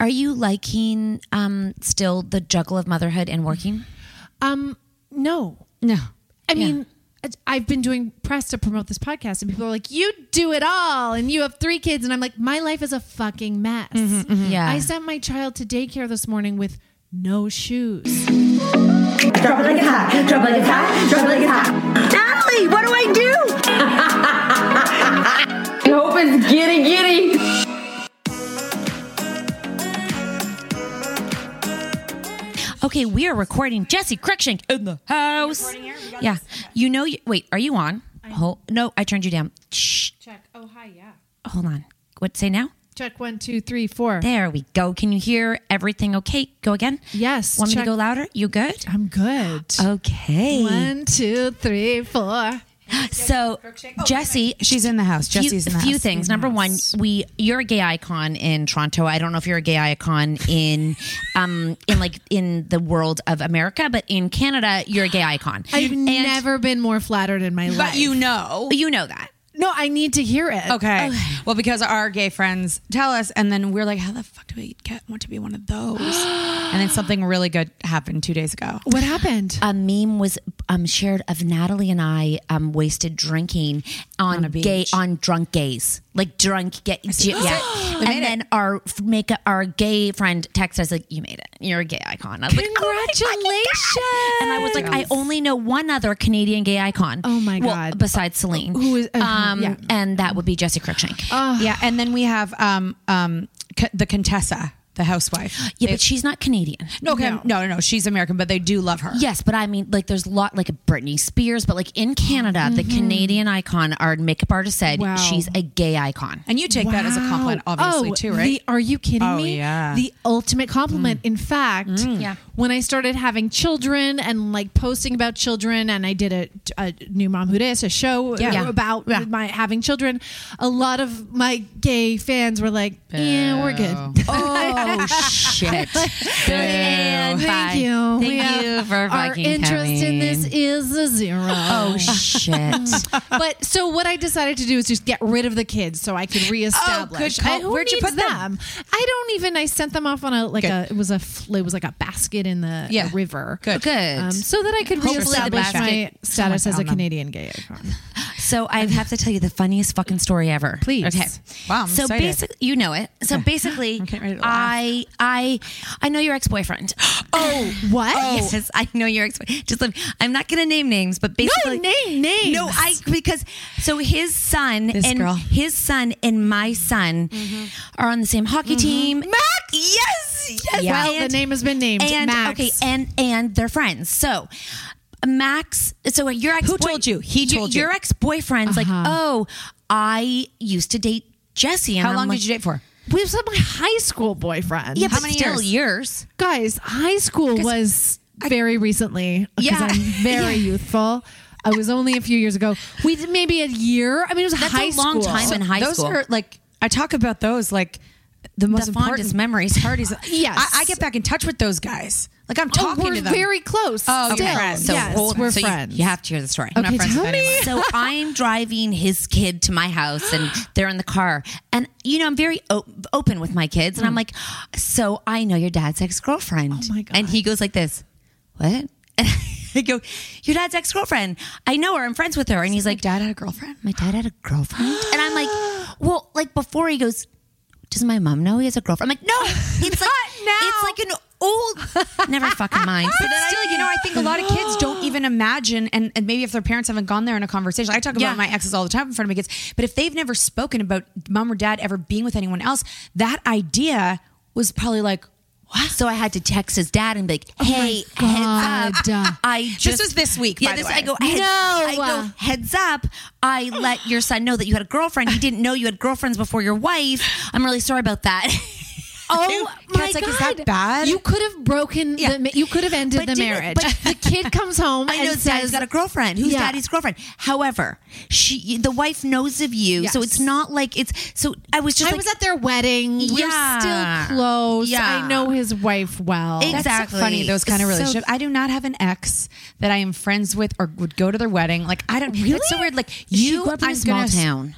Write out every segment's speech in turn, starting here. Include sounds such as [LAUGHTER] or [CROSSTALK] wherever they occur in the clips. Are you liking um, still the juggle of motherhood and working? Um, no. No. I mean, I've been doing press to promote this podcast, and people are like, "You do it all, and you have three kids," and I'm like, "My life is a fucking mess." Mm-hmm, Yeah. I sent my child to daycare this morning with no shoes. Drop it like it's hot. Drop it like it's hot. Drop it like it's hot. Natalie, what do I do? I [LAUGHS] hope it's giddy giddy. Okay, we are recording Jesse Cruikshank in the house. yeah. You know, you, wait, are you on? Oh, no, I turned you down. Shh. Check. Oh hi, yeah. Hold on. What say now? Check one, two, three, four. There we go. Can you hear everything okay? Go again? Yes, Want me check- Oh, to go louder? You good? I'm good. Okay. One, two, three, four. So Jesse, She's in the house. few- Jesse's in the few house. things. In the Number one, house. we you're a gay icon in Toronto. I don't know if you're a gay icon in um in like in the world of America, but in Canada, you're a gay icon. I've And never been more flattered in my life. But you know. you know that. no, I need to hear it. Okay. Well, because our gay friends tell us, and then we're like, how the fuck do we get, want to be one [GASPS] of those? and then something really good happened two days ago. What happened? a meme was um, shared of Natalie and I um, wasted drinking on, a gay beach. on drunk gays, like drunk gay. [GASPS] yeah, and then our f- make our gay friend text us like, "You made it. You're a gay icon." I was like, "Oh my fucking God." and I was like, "I only know one other Canadian gay icon. Oh my Well, God. besides Celine, Who is- uh, um, yeah. Oh. and that would be Jesse Cruikshank. [SIGHS] Yeah. And then we have um, um, c- the Contessa, the housewife. yeah, but she's not Canadian. No, okay, no, no, no. She's American, but they do love her. Yes, but I mean, like, there's a lot, like Britney Spears, but like in Canada, the Canadian icon, our makeup artist said Mm-hmm. Wow. she's a gay icon. And you take that as a compliment, Wow. obviously, Oh, too, right? the- are you kidding Oh, me? yeah. Mm. The ultimate compliment. In fact, Yeah. when I started having children and like posting about children, and I did a, a new mom who dis a show Yeah. Yeah. about my having children, a lot of my gay fans were like, "Yeah, we're good." [LAUGHS] Oh shit! Good Oh. and Thank you. Thank Yeah. you for Our fucking interest in this coming. is a zero. Oh shit! [LAUGHS] but so what I decided to do is just get rid of the kids so I Oh, could reestablish. good call. I- who Where'd you needs put them? I don't even. I sent them off on a like a it was a fl- it was like a basket in the Yeah. a river. Good. Good. Um, so that I could Hopefully the reestablish basket- my status as a found them. Canadian gay. icon. So I have to tell you the funniest fucking story ever. Please. Okay. Wow, I'm so excited. basically, you know it. So basically, getting ready to laugh. I I I know your ex boyfriend. [GASPS] oh what? Yes, I know your ex. Just let me, I'm not gonna name names, but basically, name names. No, I because so his son This and girl. his son and my son are on the same hockey team. Max. Yes. Yes. Yeah. Well, the And- name has been named, And Max. okay, and and they're friends. So. Max, so your ex Who told you? He told you. Uh-huh. Your ex boyfriend's like, oh, I used to date Jesse. And How I'm long like- did you date for? We have my high school boyfriend. Yeah, How but many still years? years. guys, high school was very recently because Yeah. [LAUGHS] I'm very youthful. I was only a few years ago. We did maybe a year. I mean, it was That's a high long school. time in high those school. are like I talk about those like the most fondest important memories. [LAUGHS] Parties. Yes. I, I get back in touch with those guys. Like I'm Oh, talking we're to them. very close. Oh, still. okay. Friends. So yes, hold- we're so you- friends. You, have to hear the story. Okay, friends tell with me. so I'm driving his kid to my house, [GASPS] and they're in the car. And you know, I'm very o- open with my kids, Hmm. and I'm like, "So I know your dad's ex girlfriend." Oh my God. And he goes like this, "What?" [LAUGHS] And I go, "Your dad's ex girlfriend. I know her. I'm friends with her." And he's like, Dad had a girlfriend. my dad had a girlfriend? And I'm [GASPS] like, well, like before he goes, does my mom know he has a girlfriend? I'm like, no, [LAUGHS] it's like it's like an old never fucking [LAUGHS] mind. Ah, But still, you know, I think a lot of kids don't even imagine, and, and maybe if their parents haven't gone there in a conversation, I talk Yeah. about my exes all the time in front of my kids, but if they've never spoken about mom or dad ever being with anyone else, that idea was probably like, what? So I had to text his dad and be like, "Hey, heads Oh God. up, I just was this week, Yeah, by the this way. I go, heads, I go, heads up, I let your son know that you had a girlfriend. He didn't know you had girlfriends before your wife. I'm really sorry about that. [LAUGHS] Oh my Kat's like, god! is that bad? You could have broken. Yeah. The, ma- you could have ended But the didn't- marriage. but- [LAUGHS] the kid comes home I know and his daddy's says, got a girlfriend. Who's Yeah. daddy's girlfriend? However, she the wife knows of you, so Yes. it's not like it's. So I was just "I like, was at their wedding. Yeah. We're still close. Yeah. I know his wife well. Exactly. That's so funny. Those kind of So- relationships. I do not have an ex that I am friends with or would go to their wedding. Like I don't. It's so weird. Like you, you grew up in I'm a small gonna- town.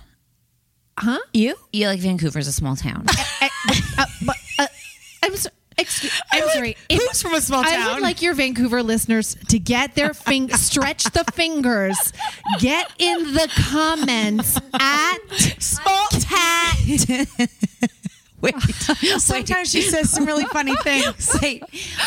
Huh? You? Yeah, like Vancouver's a small [LAUGHS] town. I, uh, but, uh, I'm, so, excuse, I'm sorry. If- Who's from a small town? I would like your Vancouver listeners to get their [LAUGHS] fing- stretch the fingers, get in the comments at small cat. [LAUGHS] Wait. Sometimes she says some really funny [LAUGHS] things. Wait,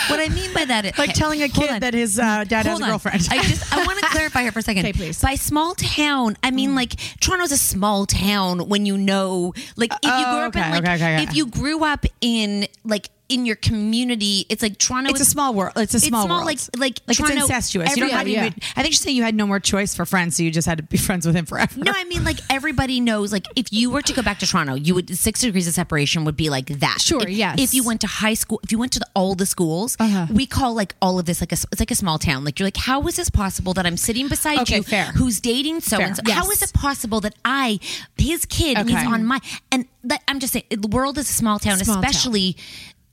what I mean by that is [LAUGHS] Like telling a hold kid on. that his, uh, dad has Hold a on. girlfriend. I just I want [LAUGHS] to clarify here for a second. Okay, please. By small town, I Mm. mean like Toronto's a small town when you know, like if you grew up Oh, okay, in like okay, okay, okay. if you grew up in like in your community. It's like Toronto. It's a is- small world. It's a it's small, world. Like like like it's Toronto- incestuous. You don't everybody- have any, I think she's saying you had no more choice for friends, so you just had to be [LAUGHS] friends with him forever. No, I mean like everybody knows. Like if you were to go back to Toronto, you would six degrees of separation would be like that. Sure, If, yes. Uh-huh. If you went to high school, if you went to the, all the schools, we call like all of this like a s- it's like a small town. Like you're like, how is this possible that I'm sitting beside Okay, you, fair. who's dating so and so? Fair. How Yes. is it possible that I, his kid, and he's Okay. on my and that, I'm just saying the world is a small town, Small town. especially.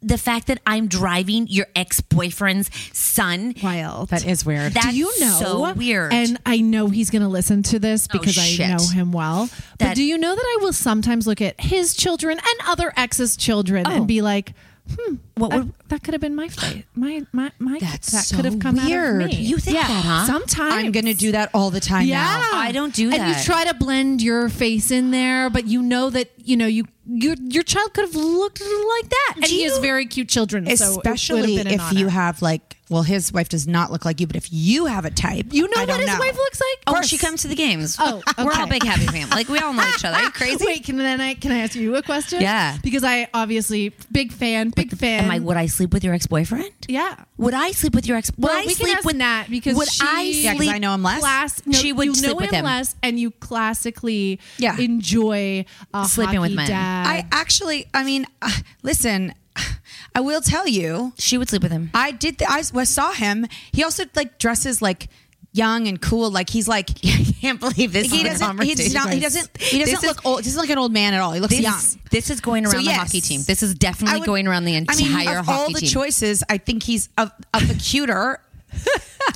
The fact that I'm driving your ex boyfriend's son. Wild. That is weird. That's Do you know? so weird. Oh, And I know he's going to listen to this because shit. I know him well. That- but do you know that I will sometimes look at his children and other ex's children Oh. and be like, hmm, What that- would- that could have been my fight. My my my That's that so could have come out of weird. me. You think that, huh? Sometimes I'm gonna do that all the time. Yeah, now. I don't do And you that. try to blend your face in there, but you know that you know you your your child could have looked like that. And Do he has you- very cute children, so it would have especially been an if you honor. have like. Well, his wife does not look like you, but if you have a type, You know I what don't his know. wife looks like? Oh, she comes to the games. Oh, [LAUGHS] we're all okay. big happy family. Like we all know each other. [LAUGHS] Are you crazy? Wait, can then I can I ask you a question? Yeah. because I obviously big fan, big fan. Am I? Would I sleep with your ex boyfriend? yeah. Would I sleep with your ex? Would Well, I we sleep can ask with Nat because would she, I Yeah, 'cause sleep? I know him less. Class, no, She would you know sleep with him him. less, and you classically Yeah. enjoy a Sleeping with hockey men. dad. I actually, I mean, [SIGHS] uh, listen, [SIGHS] I will tell you, She would sleep with him. I did. Th- I s- was- saw him. He also like dresses like young and cool. Like he's [LAUGHS] like I can't believe this. he doesn't. He's not. He doesn't. He doesn't look old. He doesn't look like an old man at all. He looks This, young. this is going around So, the yes. hockey team. This is definitely I would- going around the entire I mean, of hockey all the team. choices, I think he's of, of the cuter.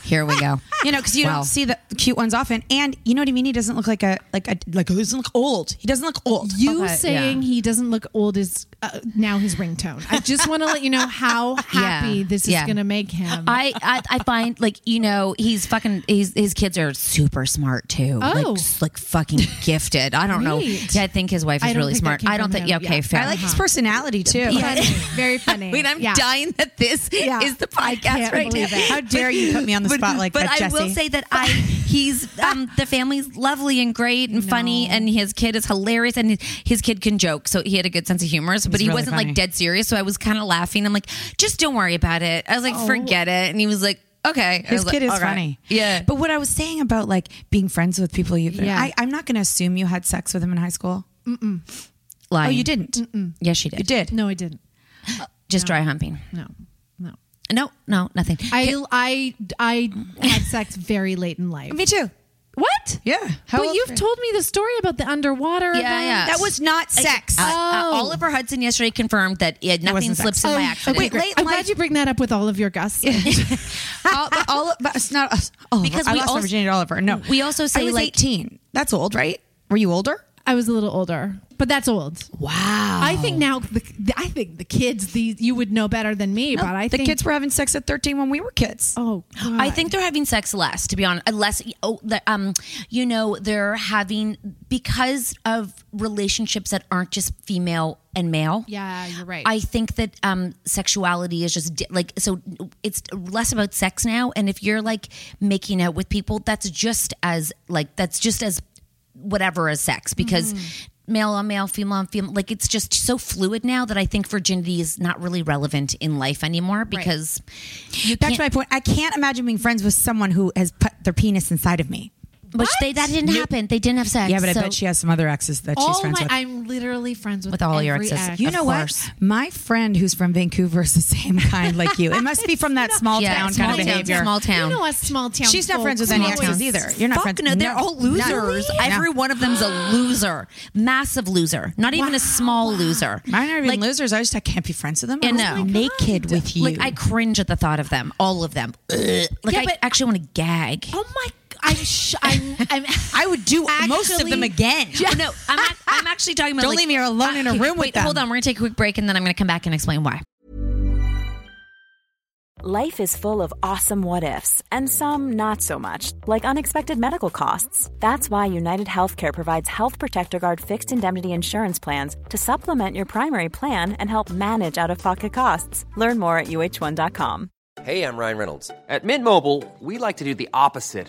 Here we [LAUGHS] go. You know, because you Wow. don't see the cute ones often, and you know what I mean. He doesn't look like a like a like he doesn't look old. He doesn't look old. You Okay, saying yeah. he doesn't look old is uh, now his ringtone. I just want to let you know how happy this is yeah. going to make him. I, I I find like you know he's fucking he's, his kids are super smart too like Oh. s- like fucking gifted I don't know Right. yeah I think his wife I is don't really think that smart came I don't from think him. yeah, okay Yeah. fair Uh-huh. I like his personality too. funny, [LAUGHS] very funny. I mean, I'm Yeah. dying that this is the podcast can't right believe now. it. How dare you put me on the spot like [LAUGHS] but that, I will Jesse? say that I [LAUGHS] he's um, the family's lovely and great and funny, and his kid is hilarious, and his, his kid can joke, so he had a good sense of humor. So, but he really wasn't funny. like dead serious, so I was kind of laughing. I'm like, just don't worry about it. I was like, forget it, and he was like, okay. I Oh. His was like, kid is all right. funny. yeah. But what I was saying about like being friends with people you've Yeah. I, I'm not going to assume you had sex with him in high school. Lying. Mm. Oh, you didn't. Yes, she did. You did. no, I didn't. Just dry humping. No, no. No, no, nothing. I I I had sex very late in life. Me too. what? Yeah. How But old you've were- told me the story about the underwater. Yeah, event. yeah. That was not sex. Uh, uh, Oh. Oliver Hudson yesterday confirmed that yeah, nothing wasn't sex. slips in by accident. okay, Wait, great. late I'm life- glad you bring that up with all of your gusts. all, all of, but it's not us. Oliver. Because I we lost my also- virginity to Oliver. No. we also say, I was like- 18. That's old, right? Were you older? I was a little older, but that's old. Wow. I think now the, the- I think the kids these you would know better than me, but I the think kids were having sex at 13 when we were kids. Oh, God. I think they're having sex less, to be honest. Unless, oh, the, um, you know, they're having because of relationships that aren't just female and male. Yeah, you're right. I think that um, sexuality is just di- like so. It's less about sex now, and if you're like making out with people, that's just as like that's just as whatever as sex because. Mm-hmm. Male on male, female on female. Like it's just so fluid now that I think virginity is not really relevant in life anymore because you Back can't, to my point. I can't imagine being friends with someone who has put their penis inside of me. Which they that didn't happen. They didn't have sex. Yeah, but I so- bet she has some other exes that she's all friends my with. I'm literally friends with, With all your every exes. ex. You Of know course. what? My friend who's from Vancouver is the same [LAUGHS] kind like [LAUGHS] you. It must be from that small yeah, town small kind of town, behavior. Small You town. know us small town. She's not folk. friends with any Always- exes either. You're not Fuck friends. no, they're No. all losers. Really? Every one of them's a loser, massive loser. Not even a small loser. Mine aren't even Like- losers. I just I can't be friends with them. Oh Yeah, I'm no. naked with you. Like I cringe at the thought of them, all of them. Ugh. Like Yeah, I but- actually want to gag. Oh my! I'm sh- I'm, I'm [LAUGHS] I would do most of Actually- them [LAUGHS] again. Oh, no, I'm, ac- I'm actually talking about. Don't like- leave me alone in a Okay, room with wait, them. Hold on, we're gonna take a quick break and then I'm gonna come back and explain why. Life is full of awesome what ifs and some not so much, like unexpected medical costs. That's why United Healthcare provides Health Protector Guard fixed indemnity insurance plans to supplement your primary plan and help manage out of pocket costs. Learn more at uh1.com. Hey, I'm Ryan Reynolds. At Mint Mobile, we like to do the opposite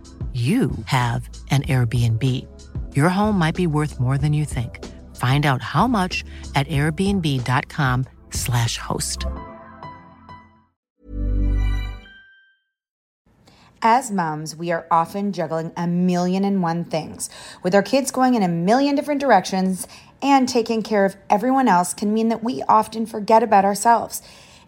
you have an Airbnb. Your home might be worth more than you think. Find out how much at airbnb.com/slash host. As moms, we are often juggling a million and one things. With our kids going in a million different directions and taking care of everyone else can mean that we often forget about ourselves.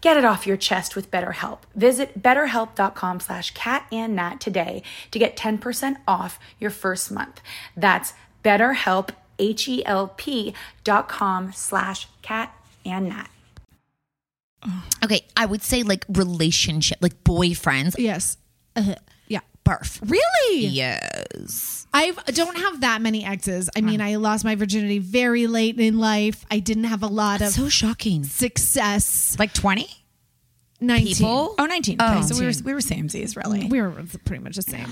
Get it off your chest with BetterHelp. Visit betterhelp.com slash cat and nat today to get 10% off your first month. That's betterhelp, H-E-L-P dot com slash cat and nat. Okay, I would say like relationship, like boyfriends. Yes. Uh, yeah. Barf. Really? Yes. I don't have that many exes. I mean, I lost my virginity very late in life. I didn't have a lot That's of so shocking. success. Like 20? 19. People? Oh, 19. Okay, Oh. so we were, we were samesies, really. We were pretty much the [GASPS] same.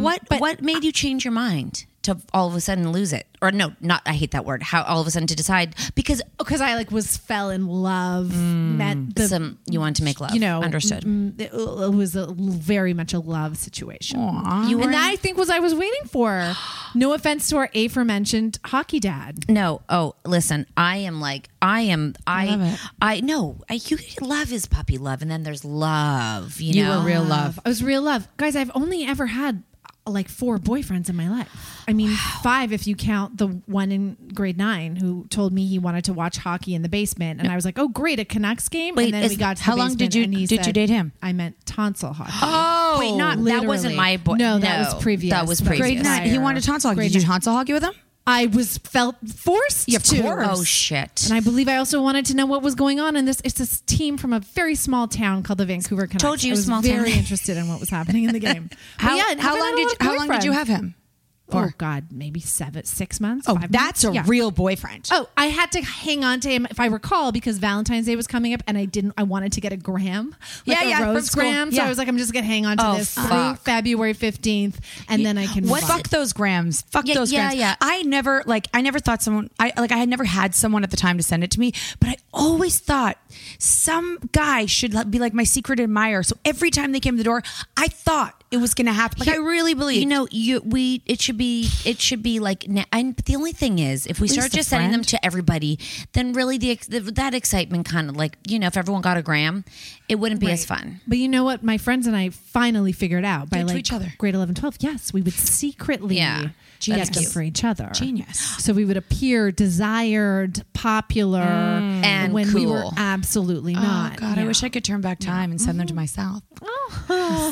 what what made you change your mind to all of a sudden lose it? Or no, not I hate that word. How all of a sudden to decide because Because I like was fell in love, met the some you wanted to make love. you know understood. mm, It it was a, very much a love situation. You were and that I think was I was waiting for. [GASPS] No offense to our aforementioned hockey dad. No. Oh, listen. I am like I am. I I no. I you love is puppy love, and then there's love. You, You know, were real love. I was real love. Guys, I've only ever had uh, like four boyfriends in my life. I mean, five if you count the one in grade nine who told me he wanted to watch hockey in the basement. And I was like, oh, great, a Canucks game. Wait, and then is- we got to how the long did basement you- and he did you said- date him? I meant tonsil hockey. No. Wait, not- that wasn't my boy- No, that no, was previous. that was That was previous. prior. He wanted tonsil hockey. Grade Did you nine. tonsil hockey with him? I was felt forced Yeah, of to. course. Oh, shit. And I believe I also wanted to know what was going on in this. It's this team from a very small town called the Vancouver Canucks. Told you, I was small town. very interested in what was happening in the [LAUGHS] game. But How- yeah, and how I've long had a did lot of you- how long did you have him Oh God, maybe seven, six months. Oh, five that's months? a real boyfriend. Oh, I had to hang on to him if I recall because Valentine's Day was coming up, and I didn't. I wanted to get a gram, like Yeah, a yeah, from rose school. gram. So Yeah. I was like, I'm just gonna hang on to Oh, this through fuck. February 15th, and then I can. What move on. fuck those grams? Fuck Yeah, those yeah, grams. yeah. I never like I never thought someone I like I had never had someone at the time to send it to me, but I always thought some guy should like, be like my secret admirer. So every time they came to the door, I thought it was gonna happen. Like I really believe You know, you we it should be it should be like. na- And but the only thing is, if we At start least a just sending them friend. to everybody, then really the, ex- the that excitement kind of like you know, if everyone got a gram, it wouldn't be as Right. fun. But you know what? My friends and I finally figured out by it to like each other. grade 11, 12. Yes, we would secretly Yeah. get them Genius. for each other. Genius. So we would appear desired, popular, And when we were cool. absolutely Mm. Oh, not. Mm-hmm. God, I wish I could turn back time and send them to myself. [LAUGHS]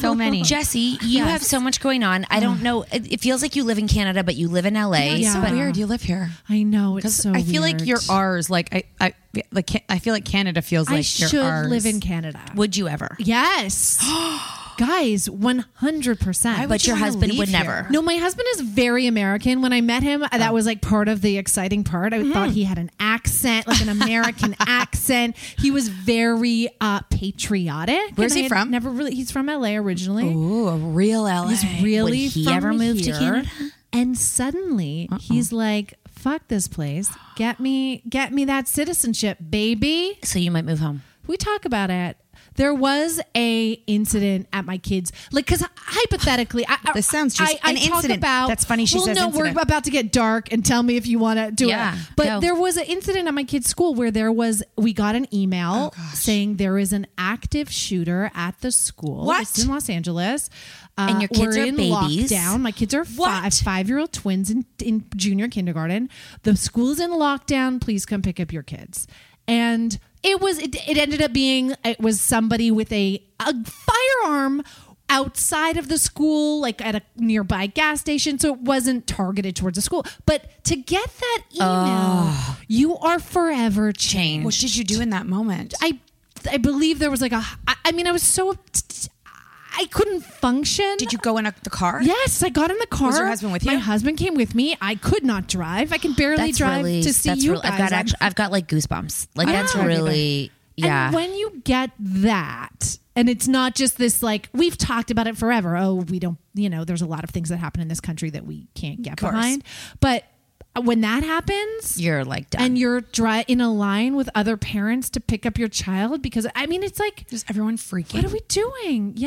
So many. Jesse, you Yes. have so much going on. I don't know. It, it feels like you live in Canada, but you live in LA. Yeah, it's so but weird. You live here. I know it's Because so. I feel like weird. your R's like I, I like Ca- I feel like Canada feels I like your should R's. live in Canada. Would you ever? [GASPS] Yes. Guys, 100%. But you your wanna husband leave would here? never. No, my husband is very American. When I met him, uh, Oh. that was like part of the exciting part. I Mm-hmm. thought he had an accent, like an [LAUGHS] American accent. He was very uh, patriotic. Where's and he I had from? Oh. Never really. He's from LA originally. Ooh, a real LA. He's really Would he from ever move to here. Canada? And suddenly he's like, "Fuck this place. Get me, get me that citizenship, baby." So you might move home. we talk about it. There was a incident at my kids, like because hypothetically, I, I- This sounds just- I, I an talk incident. About, That's funny she well, says no, incident. we're about to get dark, and tell me if you want to do Yeah, it. But go. there was an incident at my kids' school where there was we got an email Oh, saying there is an active shooter at the school. What? It's in Los Angeles. Uh, And your kids we're are in babies. lockdown. Oh, My kids are five five year old twins in, in junior kindergarten. The school's in lockdown. Please come pick up your kids. And it was it, it ended up being it was somebody with a, a firearm outside of the school like at a nearby gas station so it wasn't targeted towards the school but to get that email you are forever changed What did you do in that moment? i i believe there was like a i, I mean i was so i couldn't function did you go in a, the car? Yes, I got in the car. Was your husband with My you? husband came with me. I could not drive. I can barely That's drive really. to see that's you really, guys. I've got actually, I've got like goosebumps. Like I that's know. really. Yeah. And when you get that, and it's not just this like we've talked about it forever. Oh, we don't, you know, there's a lot of things that happen in this country that we can't get course. behind. But when that happens, you're like done. and you're dry in a line with other parents to pick up your child because I mean it's like Is everyone freaking? what are we doing? [LAUGHS]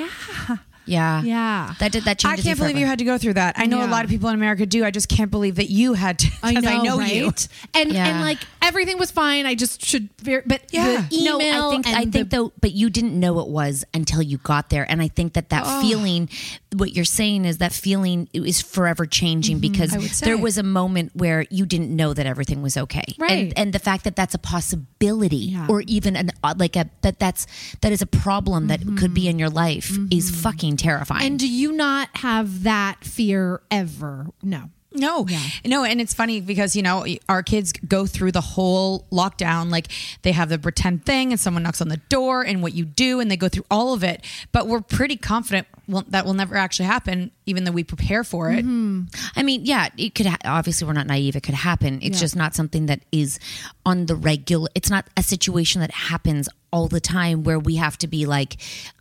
Yeah. yeah. Yeah. That did that I changes. can't you believe you forever. had to go through that. I know a Yeah. lot of people in America do. I just can't believe that you had to. I know, 'cause I know you. right? And Yeah. and like everything was fine. I just should, ver- but Yeah. the email. no, I think and I the- think though, but you didn't know it was until you got there, and I think that that Oh. feeling, what you're saying is that feeling is forever changing Mm-hmm, because say. there was a moment where you didn't know that everything was okay, Right. And, and the fact that that's a possibility, Yeah. or even an uh, like a that that's that is a problem that could be in your life is fucking terrifying. Mm-hmm. And do you not have that fear ever? No. No, no, and it's funny because you know our kids go through the whole lockdown. Like they have the pretend thing, and someone knocks on the door, and what you do, and they go through all of it. But we're pretty confident well, that will never actually happen, even though we prepare for it. I mean, yeah, it could. Ha- obviously, we're not naive. It could happen. It's just not something that is on the regular. It's not a situation that happens all the time where we have to be like,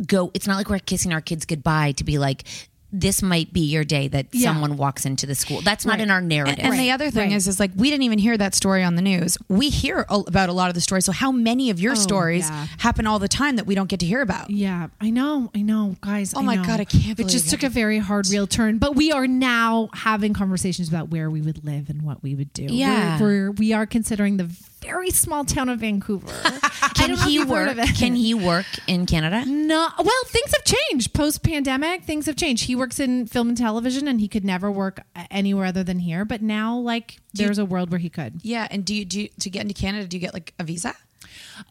go. It's not like we're kissing our kids goodbye to be like, this might be your day that someone walks into the school. That's not in our narrative. And the other thing right. is, is like we didn't even hear that story on the news. We hear a- about a lot of the stories. So how many of your stories yeah. happen all the time that we don't get to hear about? Yeah, I know, I know, guys. Oh my God, I can't It believe just it. took a very hard, real turn. But we are now having conversations about where we would live and what we would do. Yeah. we're, we're we are considering the very small town of Vancouver. can he work? of it. Can he work in [LAUGHS] Canada? No, well, things have changed post pandemic. Things have changed. He works in film and television, and he could never work anywhere other than here. But now, like, there's a world where he could. Yeah, and do you do you, to get into Canada? Do you get like a visa?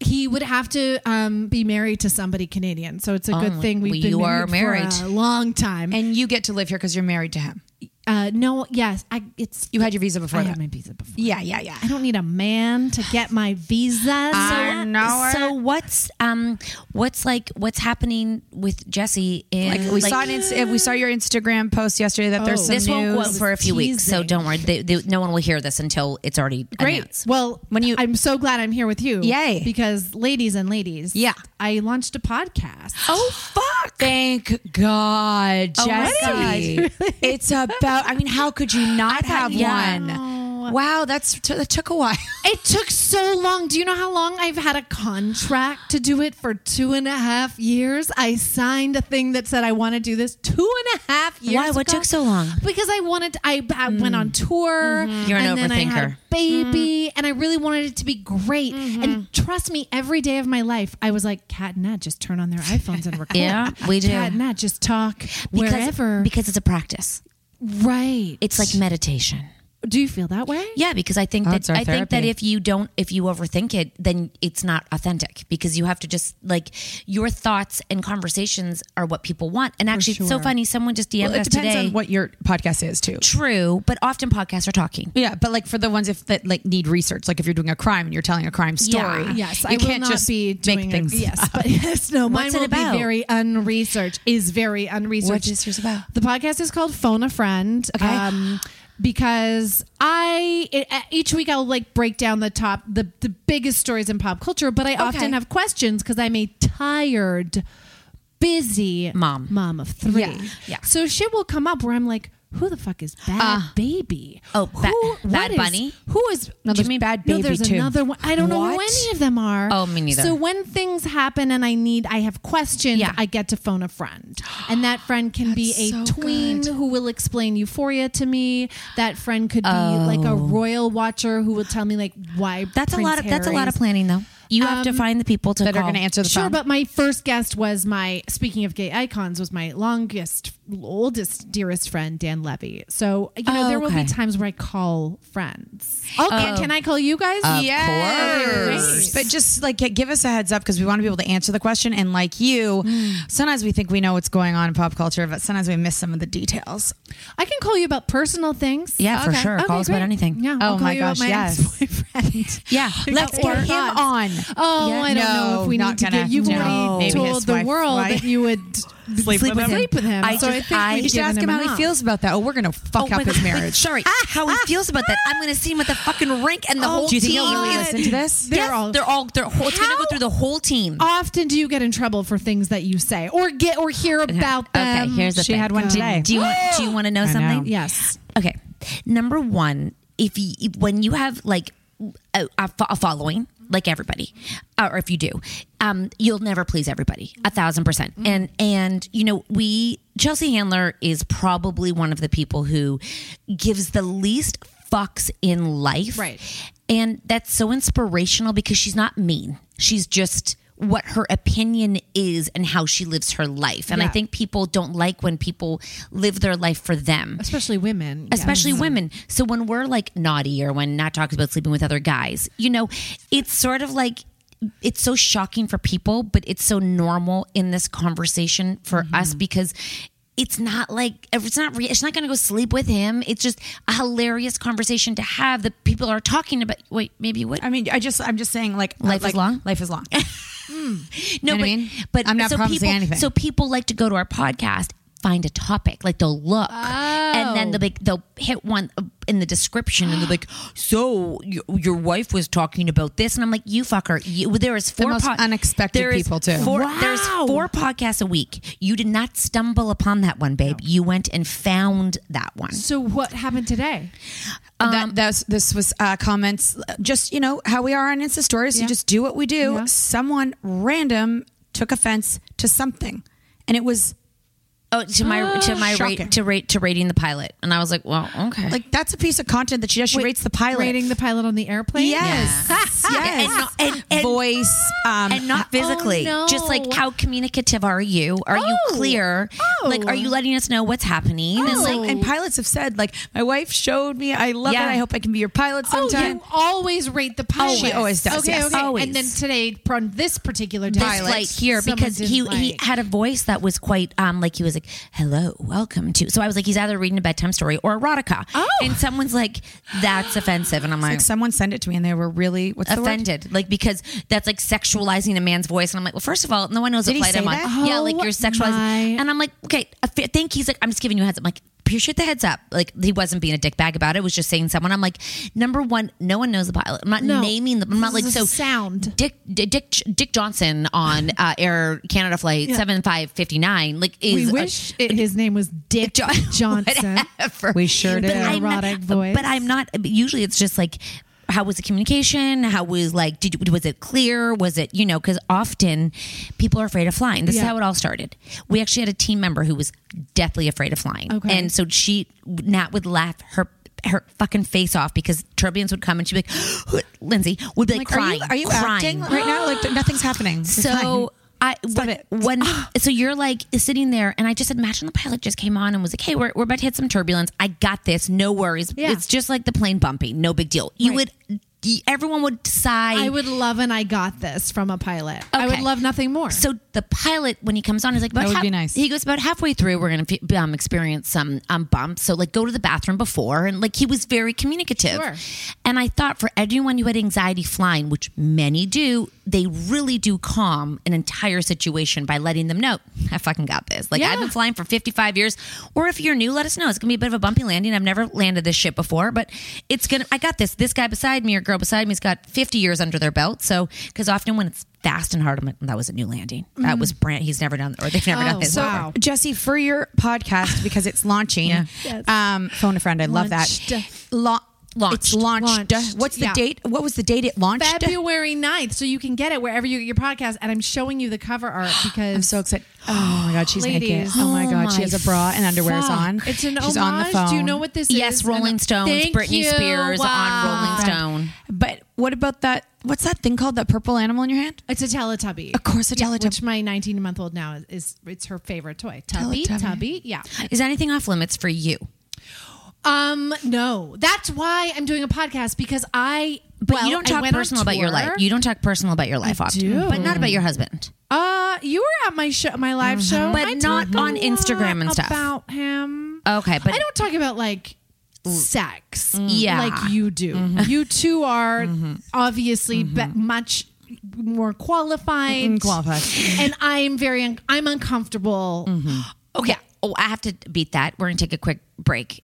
He would have to um, be married to somebody Canadian, so it's a Oh, good thing we've well, been you married are married for a long time, and you get to live here because you're married to him. Uh, no, yes, I. It's you had your visa before I that. had my visa before. Yeah, yeah, yeah. I don't need a man to get my visa. so, so what's um what's like what's happening with Jesse in Like we saw an inst- we saw your Instagram post yesterday that Oh. there's some this news won't go out for a few weeks, so don't worry. They, they, no one will hear this until it's already Great. announced. Well, when you, I'm so glad I'm here with you. Yay! Because ladies and ladies, yeah, I launched a podcast. Oh fuck! Thank God, Oh my Jesse. [LAUGHS] it's about. I mean, how could you not have yeah. one? Wow, that's t- that took a while. It took so long. Do you know how long I've had a contract to do it for two and a half years? I signed a thing that said I want to do this two and a half years. Why? What ago. took so long? Mm. Mm-hmm. Because I wanted. I, I went on tour. You're an and then I had a overthinker. Mm-hmm. baby, and I really wanted it to be great. And trust me, every day of my life, I was like, Cat and Nat just turn on their iPhones [LAUGHS] and record. Yeah, we do. Cat and Nat just talk wherever. [LAUGHS] because it's a practice. Right. It's like meditation. Do you feel that way? Yeah, because I think Oh, that it's our I think that therapy. if you don't if you overthink it, then it's not authentic because you have to just like your thoughts and conversations are what people want. And actually, it's so sure. funny. Someone just DM'd Well, it us depends today. on what your podcast is too. True, but often podcasts are talking. Yeah, but like for the ones if that like need research, like if you're doing a crime and you're telling a crime story, Yeah. Yes, you I will can't not just be doing make it- things. yes, up. but [LAUGHS] yes, no, mine What's it will about? be very unresearched. Is very unresearched. What is yours about? The podcast is called Phone a Friend. Okay. Um, because I it, uh, each week I'll like break down the top the the biggest stories in pop culture, but I often have questions because I'm a tired, busy mom mom of three. Yeah. Yeah. So shit will come up where I'm like, who the fuck is bad Uh, baby? Oh, Ba- Who- Bad what is- Bunny? Who is No, there's Bad no, Baby, there's too. another one. I don't know who What? any of them are. Oh, me neither. So when things happen and I need, I have questions. I get to phone a friend, and that friend can be a tween who will explain Euphoria to me. That friend could be like a royal watcher who will tell me like why. Oh. That's a lot of that's a lot of planning though. You have to Um, find the people to call. sure, but my first guest was my speaking of gay icons was my longest, oldest, dearest friend Dan Levy. So you know Oh, there will okay. be times where I call friends. Okay, Oh. can I call you guys? Yes. But just like get- give us a heads up because we want to be able to answer the question. And like you, Mm. sometimes we think we know what's going on in pop culture, but sometimes we miss some of the details. I can call you about personal things. Yeah, for Okay. sure. Call us about anything. Yeah. Oh I'll call my you about gosh, my yes. [LAUGHS] ex-boyfriend. Yeah, let's get him on. Oh, Yeah. I don't know No, if we not need to gonna. get. You've No. already Maybe his told the wife- world wife- that you would Sleep with him. Sleep with him. I so I just- think I- we've You should given ask him him how he enough. feels about that. Oh, we're gonna fuck my up his God. marriage. Sorry, Ah, how he feels about that. I'm going to see him with the fucking rink and the Ah. Oh, whole do you think team. he'll really is- listen to this? They're all. They're all. They're whole, it's going to go through the whole team. Often do you get in trouble for things that you say or get or hear about Okay, them? here's the thing. Do- Do you want, [GASPS] do you want to know I something? know. Yes. Okay. Number one, if you if- when you have like a, a fo- a following, like everybody, uh, or if you do, um, you'll never please everybody, a thousand percent. And and you know we Chelsea Handler is probably one of the people who gives the least fucks in life, right? And that's so inspirational because she's not mean. She's just what her opinion is and how she lives her life. And I Yeah. think people don't like when people live their life for them especially women. especially Yes. women. So when we're like naughty or when Nat talks about sleeping with other guys, you know, it's sort of like it's so shocking for people, but it's so normal in this conversation for us because it's not like it's not re- it's not going to go sleep with him. It's just a hilarious conversation to have that people are talking about. Wait, maybe what? I mean, I just I'm just saying like Life is like, long? Hmm. Life is long. [LAUGHS] No, You know but, what I mean? but I'm not so promising people, anything. So people like to go to our podcast, find a topic, like they'll look, and then Oh. they'll be, they'll hit one in the description, and they're [GASPS] like, "So your, your wife was talking about this," and I'm like, "You fucker! You, there is The four most unexpected there is people, too. Four, There's four podcasts a week. You did not stumble upon that one, babe. You went and found that one. So what happened today? that that's, this was uh, comments just you know how we are on insta stories you just do what we do someone random took offense to something and it was oh to my to [GASPS] my rate to rate to rating the pilot, and I was like, "Well, okay." like that's a piece of content that she does she rates the [LAUGHS] pilot Rating the pilot on the airplane. yes yes, Yeah, and- and- and- voice Um, and not physically, Oh, no. just like how communicative are you? Are you clear? Like, are you letting us know what's happening? And, like, and pilots have said, like, my wife showed me. I love Oh. Yeah. it. I hope I can be your pilot sometime. Oh, You always rate the pilot. She always does, Okay, yes. okay. Always. And then today, on this particular this pilot, flight here someone because didn't he like- he had a voice that was quite um like he was like hello welcome to so I was like he's either reading a bedtime story or erotica oh and someone's like that's offensive and I'm like, like someone sent it to me and they were really what's the word? offended like because that's like sexualizing a man's voice and I'm like well first of all no one knows Did what he flight say I'm on that? yeah like you're sexualizing and I'm like okay I fe- think he's like I'm just giving you a heads up I'm like appreciate the heads up like he wasn't being a dick bag about it it was just saying someone I'm like number one no one knows the pilot I'm not No. naming them I'm not like This is so sound Dick D- Dick Dick Johnson on uh, Air Canada flight Yeah. seven five fifty nine. Like is we a- wish it, his name was Dick [LAUGHS] [LAUGHS] Johnson. We sure but did. I'm not- But I'm not. Usually, it's just like. How was the communication? How was like? Did was it clear? Was it you know? Because often people are afraid of flying. This is Yeah. how it all started. We actually had a team member who was deathly afraid of flying, Okay. and so she Nat would laugh her her fucking face off because turbulence would come and she'd be like, [GASPS] Lindsay would be like, Like, are you- crying. are you crying. acting right now? Like, nothing's happening. It's fine. So I when, when Ah. so you're like sitting there, and I just said, imagine the pilot just came on and was like, "Hey, we're, we're about to hit some turbulence. I got this. No worries. Yeah. It's just like the plane bumping. No big deal. You would, y- everyone would sigh. I would love an I got this from a pilot. I would Okay. love nothing more. So the pilot, when he comes on, he's like, about That would half- be nice. He goes about halfway through, we're gonna f- um, experience some um, bumps. So like, go to the bathroom before, and like he was very communicative. Sure. And I thought for everyone who had anxiety flying, which many do, they really do calm an entire situation by letting them know, I fucking got this. Like I've been flying for 55 years. Or if you're new, let us know. It's gonna be a bit of a bumpy landing. I've never landed this shit before, but it's gonna. I got this. This guy beside me or girl beside me's got 50 years under their belt. So because often when it's fast and hard, I'm like, that was a new landing. That Mhm. was brand. He's never done or they've never Oh, done this. So, before. Jesse, for your podcast because it's launching, Yes. um, phone a friend. I love that. Launched. La- launched. It's launched. What's the Yeah. date? What was the date it launched? February 9th. So you can get it wherever you get your podcast. And I'm showing you the cover art because I'm so excited. Oh my God, she's naked. Ladies. Oh my God, she my has a bra and underwear's fuck. on. It's an she's on the homage. phone. Do you know what this Yes, is? Rolling And- Stones, Thank Britney you. Spears on Rolling Stone. But what about that? What's that thing called? That purple animal in your hand? Uh, It's a Teletubby. Of course, a Yeah, Teletubby. Which my 19 month old now is, is it's her favorite toy. Tubby, Teletubby. tubby. Yeah. Is anything off limits for you? Um, no. That's why I'm doing a podcast because I. But well, you don't I talk went on personal about your tour. life. You don't talk personal about your life often, do. but not about your husband. Uh, you were at my show, my live show, Mm-hmm. But I not talk on a Instagram lot and stuff. about him. Okay, but Mm. I don't talk about like sex, Yeah. Mm-hmm. like you do. You two are obviously be- much more qualified, Mm-hmm. Mm, qualified. and I'm very un- I'm uncomfortable. Mm-hmm. Okay. Oh, I have to beat that. We're going to take a quick break.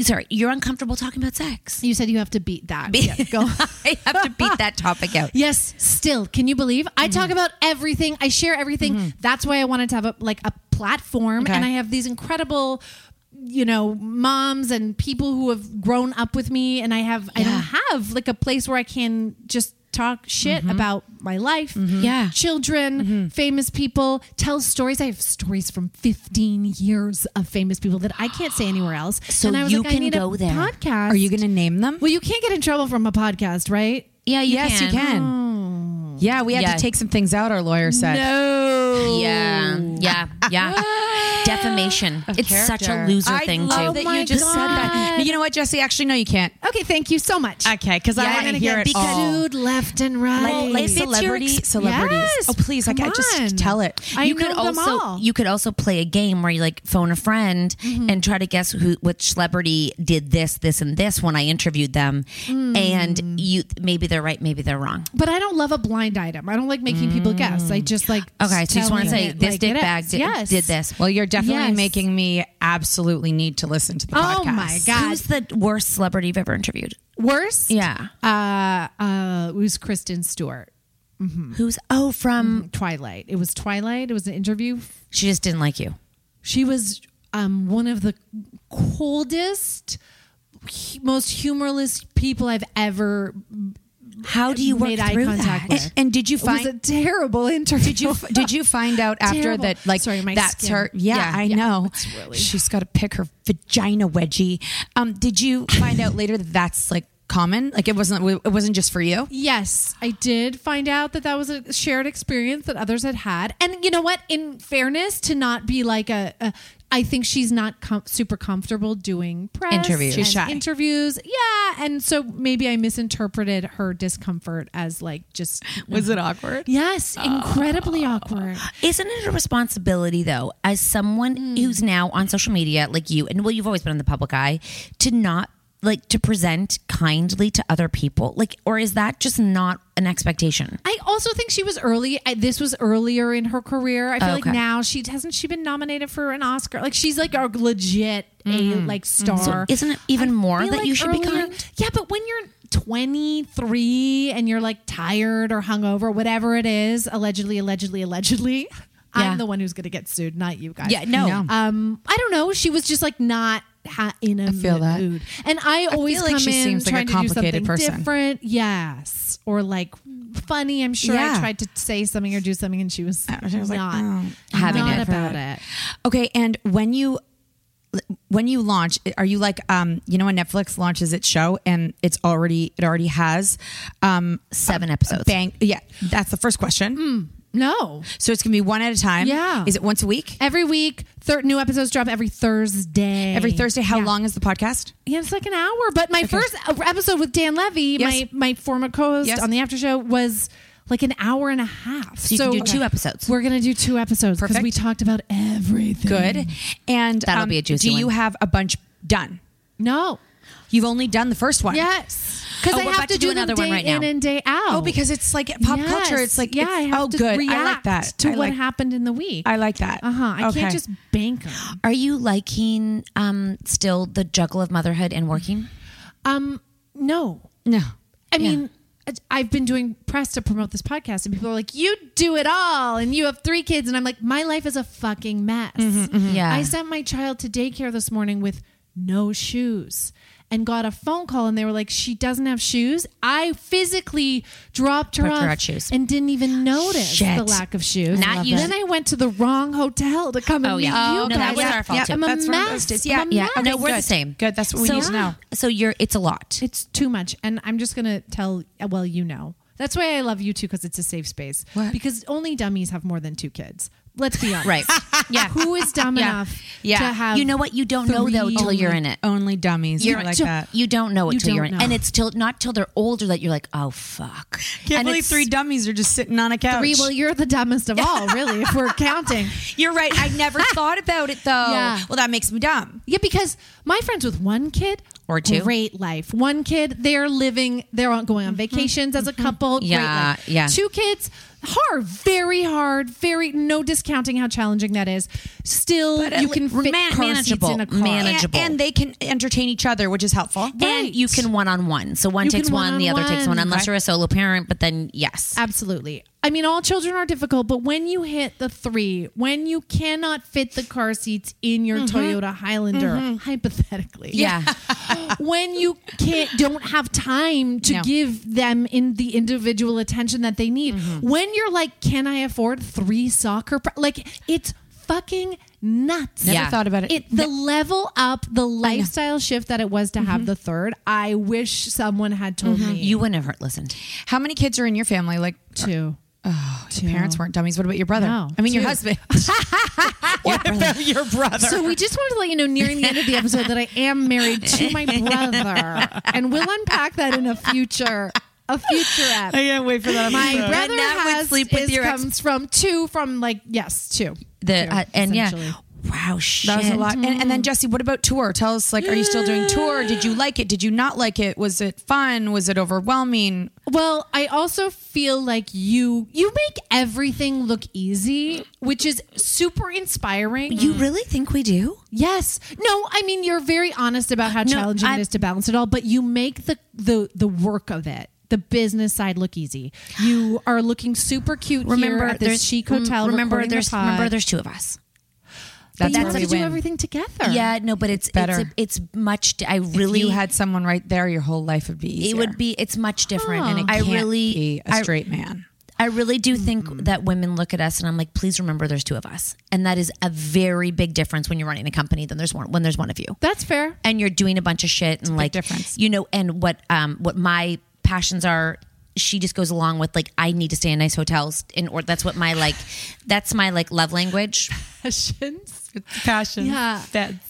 Sorry, you're uncomfortable talking about sex. You said you have to beat that. Yeah, [LAUGHS] go. I have to beat that topic out. Mm-hmm. Yes, still, can you believe? I talk about everything. I share everything. That's why I wanted to have a like a platform Okay. and I have these incredible you know moms and people who have grown up with me and i have i don't have like a place where i can just talk shit Mm-hmm. about my life Yeah. children famous people tell stories i have stories from 15 years of famous people that i can't say anywhere else So and I was you like, I can need go a there. podcast Are you going to name them? well you can't get in trouble from a podcast right yeah you yes, you can. Oh. Yeah, we had Yeah. to take some things out. Our lawyer said. No. Yeah. Yeah. [LAUGHS] Yeah. Defamation. It's such a character. loser I thing love too. that you just said that. You know what, Jesse? Actually, no, you can't. Oh okay thank you so much Okay, because I Yeah, want to and hear again, it because- all. dude left and right Like- like If it's your celebrity- ex- celebrities. Yes, oh, please! Like, I come just tell it. I you know could them also all. Mm-hmm. you could also play a game where you like phone a friend and try to guess who which celebrity did this this and this when I interviewed them Hmm. and you maybe they're right maybe they're wrong But I don't love a blind item. I don't like making people guess. I just like Mm. okay so you just want to telling say it this like dick it bag is. did, yes. did this Well, you're definitely Yes. making me absolutely need to listen to the podcast. Oh my god! who's the worst celebrity you've ever interviewed Worse? yeah Uh, uh, it was Kristen Stewart, who's oh Mm-hmm. from Twilight. It was Twilight. It was an interview. she just didn't like you She was um, one of the coldest, hu- most humorless people I've ever how do you work made eye through contact that with. And did you it was a find? terrible [LAUGHS] interview. Did you did you find out after Terrible. that? Like Sorry, my that's skin. her. Yeah, Yeah, I yeah, know. it's really- She's got to pick her vagina wedgie. Um, did you find out later that that's like common? Like it wasn't. It wasn't just for you. Yes, I did find out that that was a shared experience that others had had. And you know what? In fairness, to not be like a, a I think she's not com- super comfortable doing press Interviews. and She's shy. Interviews, yeah. And so maybe I misinterpreted her discomfort as like just Was it Oh. awkward? yes, incredibly awkward. Isn't it a responsibility though, as someone Hmm. who's now on social media like you, and well, you've always been in the public eye, to not like to present kindly to other people? Like, or is that just not an expectation? I also think she was early. I, this was earlier in her career. I feel like Oh, Okay. now she hasn't she been nominated for an Oscar. Like she's like a legit a like star. Mm-hmm. So isn't it even more feel that like you should be earlier- kind? Yeah, but when you're 23 and you're like tired or hungover, whatever it is, allegedly, allegedly, allegedly, Yeah. I'm the one who's going to get sued, not you guys. Yeah, no. No. Um, I don't know. She was just like not ha- in a feel that. mood, and I always like come she in seems like a trying to complicated do something person. different. Yes, or like funny. I'm sure Yeah. I tried to say something or do something, and she was, She was like, not "Oh, having not it." about it. Okay, and when you when you launch, are you like um you know when Netflix launches its show and it's already it already has um Seven episodes. bang yeah that's the first question. No, So it's gonna be one at a time. Yeah. is it once a week? every week, thir- new episodes drop every Thursday. Every Thursday. How long is the podcast? Yeah, it's like an hour. But my first episode with Dan Levy, Yes. my my former co-host Yes. on the after show, was like an hour and a half. So you can do two episodes. We're gonna do two episodes because Perfect. we talked about everything. Good. And um, That'll be a juicy Do you one. have a bunch done? No. You've only done the first one. Yes. Because Oh, I we're have about to, to do them another one day right in now. and day out. Oh, because it's like pop culture. It's like yeah, it's- I have oh, to good. I like react that. to I what like, happened in the week. I like that. Uh huh. I Okay. can't just bank 'em. Are you liking um, still the juggle of motherhood and working? Um, no. no. I mean, I've been doing press to promote this podcast, and people are like, "You do it all, and you have three kids," and I'm like, "My life is a fucking mess." Mm-hmm, Yeah. Mm-hmm. I sent my child to daycare this morning with no shoes, and got a phone call, and they were like, "She doesn't have shoes." I physically dropped her Dropped her off out shoes. and didn't even notice Shit. the lack of shoes. Not you- Then I went to the wrong hotel to come and Oh, yeah. meet Oh, you no, that guys. was our fault, Yeah, too. I'm a That's one of those mess. days. Yeah, I'm a yeah. mess. no, we're the good. same. Good. That's what we so, need to know. So you're it's a lot. It's too much. And I'm just going to tell, well, you know. That's why I love you two because it's a safe space. What? Because only dummies have more than two kids. Let's be honest. [LAUGHS] Right. Yeah. Who is dumb Yeah. enough Yeah. to have. You know what? You don't know, though, three- till you're in it. Only dummies. You're I like so- that. You don't know it You till you're in, don't and know. it's till not till they're older that you're like, oh fuck. Can't and believe it's- three dummies are just sitting on a couch. Three, well, you're the [LAUGHS] dumbest of all, really, if we're counting. You're right. I never thought about it though. Yeah. Well, that makes me dumb. Yeah, because my friends with one kid Or two. great life. One kid, they're living, they're on- going on vacations as a couple. great Mm-hmm. Yeah, life. yeah. Two kids, hard, very hard, very no discounting how challenging that is. Still, you can fit uh, man- car manageable, seats in a car. manage- And, Manageable. and they can entertain each other, which is helpful. And you can one on one. So one You takes can one, the other takes one, one-on-one. Uh, unless you're a solo parent. But then yes, Absolutely. I mean, all children are difficult, but when you hit the three, when you cannot fit the car seats in your Mhm. Mm-hmm. Toyota Highlander, Mhm. hypothetically, Yeah. when you can't, don't have time to No. give them in the individual attention that they need, Mm-hmm. when you're like, can I afford three soccer? Pr-? Like, it's fucking nuts. Never Yeah. thought about it. It the level up, the lifestyle shift that it was to Mm-hmm. have the third. I wish someone had told me. You wouldn't have heard- listened. How many kids are in your family? Like two. Oh, your parents weren't dummies. What about your brother? I mean, your two. [LAUGHS] husband. [LAUGHS] what about your brother? So we just wanted to let you know nearing the end of the episode that I am married to [LAUGHS] my brother, and we'll unpack that in a future. A future app. I can't wait for that My episode. brother And that would has, sleep with is- your ex- comes from two, from like yes, two. The Two, uh, and yeah, essentially. wow, shit. That was a lot. And, and Mm. then Jesse, what about tour? Tell us, like, are you still doing tour? Did you like it? Did you not like it? Was it fun? Was it overwhelming? Well, I also feel like you you make everything look easy, which is super inspiring. You really think we do? Yes. No, I mean you're very honest about how No, challenging I- it is to balance it all, but you make the the the work of it. The business side look easy. You are looking super cute. Remember, here at there's- this chic mm, hotel. rem- remember, recording the there's- pod. remember, there's two of us. That's But you where have we to do win. everything together. Yeah, no, but it's better. It's, it's much. I really if you had someone right there, your whole life would be easier. It would be. It's much different, and it I can't Mm-hmm. really be a I- straight man. I really do think that women look at us, and I'm like, please remember, there's two of us, and that is a very big difference when you're running a company than there's one when there's one of you. That's fair. And you're doing a bunch of shit, and like, difference. you know, and what um what my passions are. She just goes along with like I need to stay in nice hotels, in or that's what my like, that's my like love language. [LAUGHS] Passions, passions, Yeah.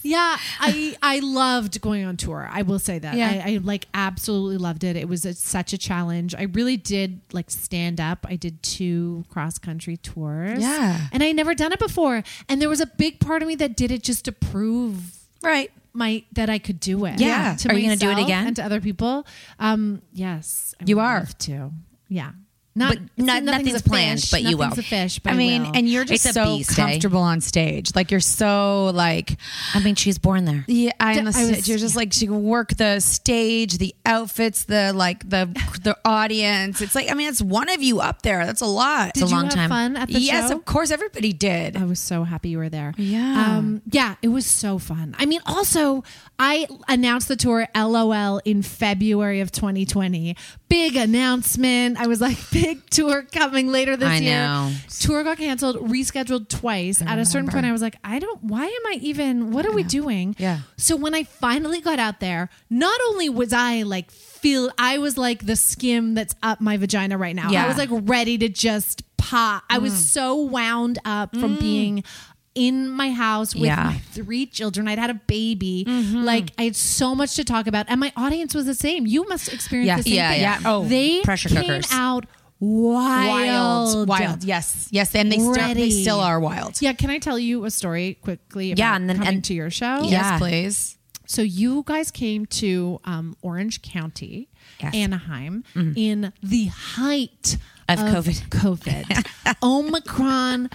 Yeah, I I loved going on tour. I will say that. Yeah. I, I like absolutely loved it. It was a, such a challenge. I really did like stand up. I did two cross country tours. Yeah. and I had never done it before. And there was a big part of me that did it just to prove right my that I could do it. Yeah. to Are you gonna do it myself again? and to other people? Um, yes, I You would are. love to. Yeah. Not, But not- it's- nothing's a planned, fish, but you will. nothing's A fish, but I mean, will. and you're just It's a so beast, eh? comfortable on stage. Like you're so like. I mean, she was born there. Yeah, I, D- must I say, was- you're just like she can work the stage, the outfits, the like the the audience. It's like I mean, it's one of you up there. That's a lot. Oh, Did you have fun at the yes, show? of course, everybody did. I was so happy you were there. Yeah. Um, yeah, it was so fun. I mean, also, I announced the tour LOL in February of 2020. Big announcement. I was like, [LAUGHS] big tour coming later this I year. know. Tour got canceled, rescheduled twice. At a certain point, I was like, I don't, why am I even, what are we doing? Yeah. So when I finally got out there, not only was I like, feel, I was like the skim that's up my vagina right now. Yeah. I was like ready to just pop. I was so wound up from being in my house with Yeah. my three children. I'd had a baby. Like I had so much to talk about, and my audience was the same. You must experience Yeah, the same yeah, thing. yeah. Oh, they pressure came cookers. out wild, wild, wild. Yes, yes, and they still, they Ready. still are wild. Yeah, can I tell you a story quickly? About Yeah, and then- coming and- to your show. Yes, Yeah. please. So you guys came to um, Orange County, Yes. Mm-hmm. Anaheim, in the height Of COVID. COVID, [LAUGHS] Omicron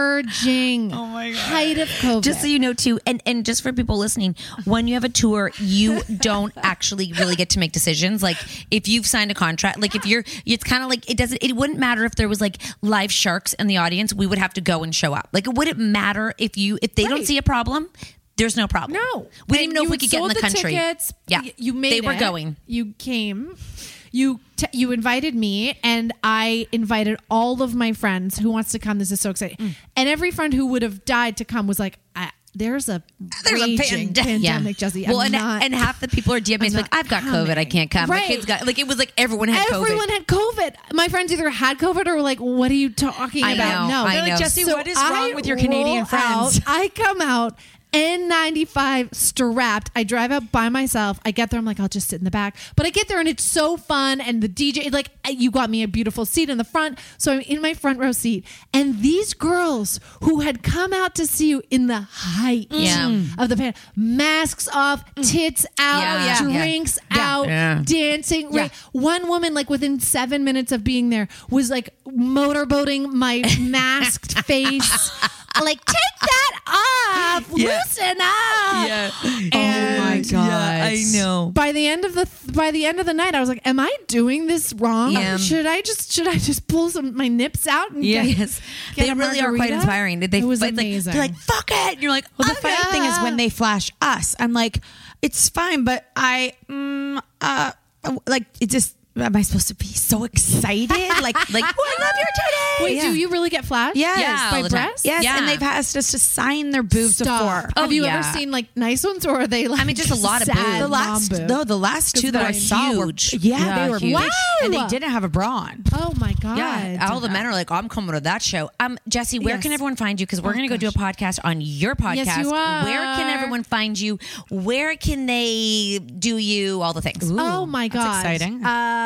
surging. Oh my god! Height of COVID. Just so you know, too, and and just for people listening, when you have a tour, you don't actually really get to make decisions. Like if you've signed a contract, like if you're, it's kind of like it doesn't. It wouldn't matter if there was like live sharks in the audience. We would have to go and show up. Like it wouldn't matter if you if they don't Right. see a problem. There's no problem. No, we And didn't even know you if we had could get in sold the, country. Tickets. Yeah, Y- you made. They were it. going. You came. You t- you invited me, and I invited all of my friends who wants to come. This is so exciting. Mm. And every friend who would have died to come was like, I, "There's a There's a raging pande- Yeah. pandemic, Jesse. Well, I'm and, not- and half the people are DMs like, I've got COVID, I can't come. My Right. kids got like it was like everyone had COVID. Everyone had COVID. My friends either had COVID or were like, "What are you talking I about?" know, no, I They're like, know. "Jesse, So what is wrong I with your Canadian roll friends?" out- [LAUGHS] I come out. N95 strapped. I drive out by myself. I get there. I'm like, I'll just sit in the back. But I get there and it's so fun. And the DJ, like, eh, you got me a beautiful seat in the front. So I'm in my front row seat. And these girls who had come out to see you in the height Yeah. of the pan, masks off, tits out, Yeah. Oh, yeah. drinks Yeah. out, Yeah. dancing. Right. One woman, like within seven minutes of being there, was like motorboating my masked face. Like, take that off. Loosen up. Yeah. Oh And- Yeah, I know. know. By the end of the by the end of the night, I was like, "Am I doing this wrong? Yeah. Should I just should I just pull some my nips out?" And get- [LAUGHS] Yes. get They a really are quite margarita? inspiring. Did they It was fight, like- amazing. they're like, fuck it. And you're like, well, the funny thing is when they flash us, I'm like, it's fine, but I, mm, uh, like, it just, am I supposed to be [LAUGHS] so excited? Like, like, oh, I love your titties. Wait, do you really get flashed? Yes. Yeah, all by the time. breasts? Yes. Yeah. Oh, And they've asked us to sign their boobs Stop. before. Have you ever seen like nice ones, or are they like? I mean, just a lot of boobs. The last- no, the last two that I saw were- yeah, Yeah, they were huge. wow, And they didn't have a bra on. Oh my god! Yeah, all the men are like, I'm coming to that show. Um, Jesse, where Yes. can everyone find you? Because we're going to go do a podcast on your podcast. Yes, you are. Where can everyone find you? Where can they do you? All the things. oh my god! [LAUGHS]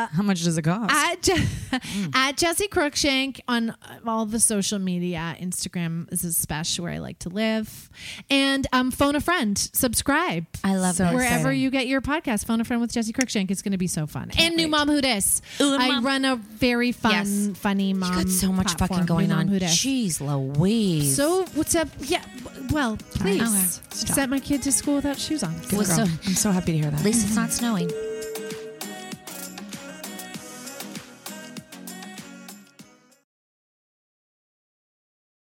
Uh, How much does it cost? at, Je- Mm. at Jesse Cruikshank on uh, all the social media. Instagram is a spash where I like to live. And um, phone a friend. Subscribe. I love So that. Wherever exciting. you get your podcast, phone a friend with Jesse Cruikshank. It's going to be so fun. and New Mom Who Dis. Ooh, and I Mom- run a very fun, Yes. funny mom. you got so much platform, fucking going New Mom on. Who Dis. Jeez Louise. So what's up? Yeah. w- Well, right. please Okay. sent my kid to school without shoes on. Good Well, girl. so- I'm so happy to hear that. At least it's not snowing.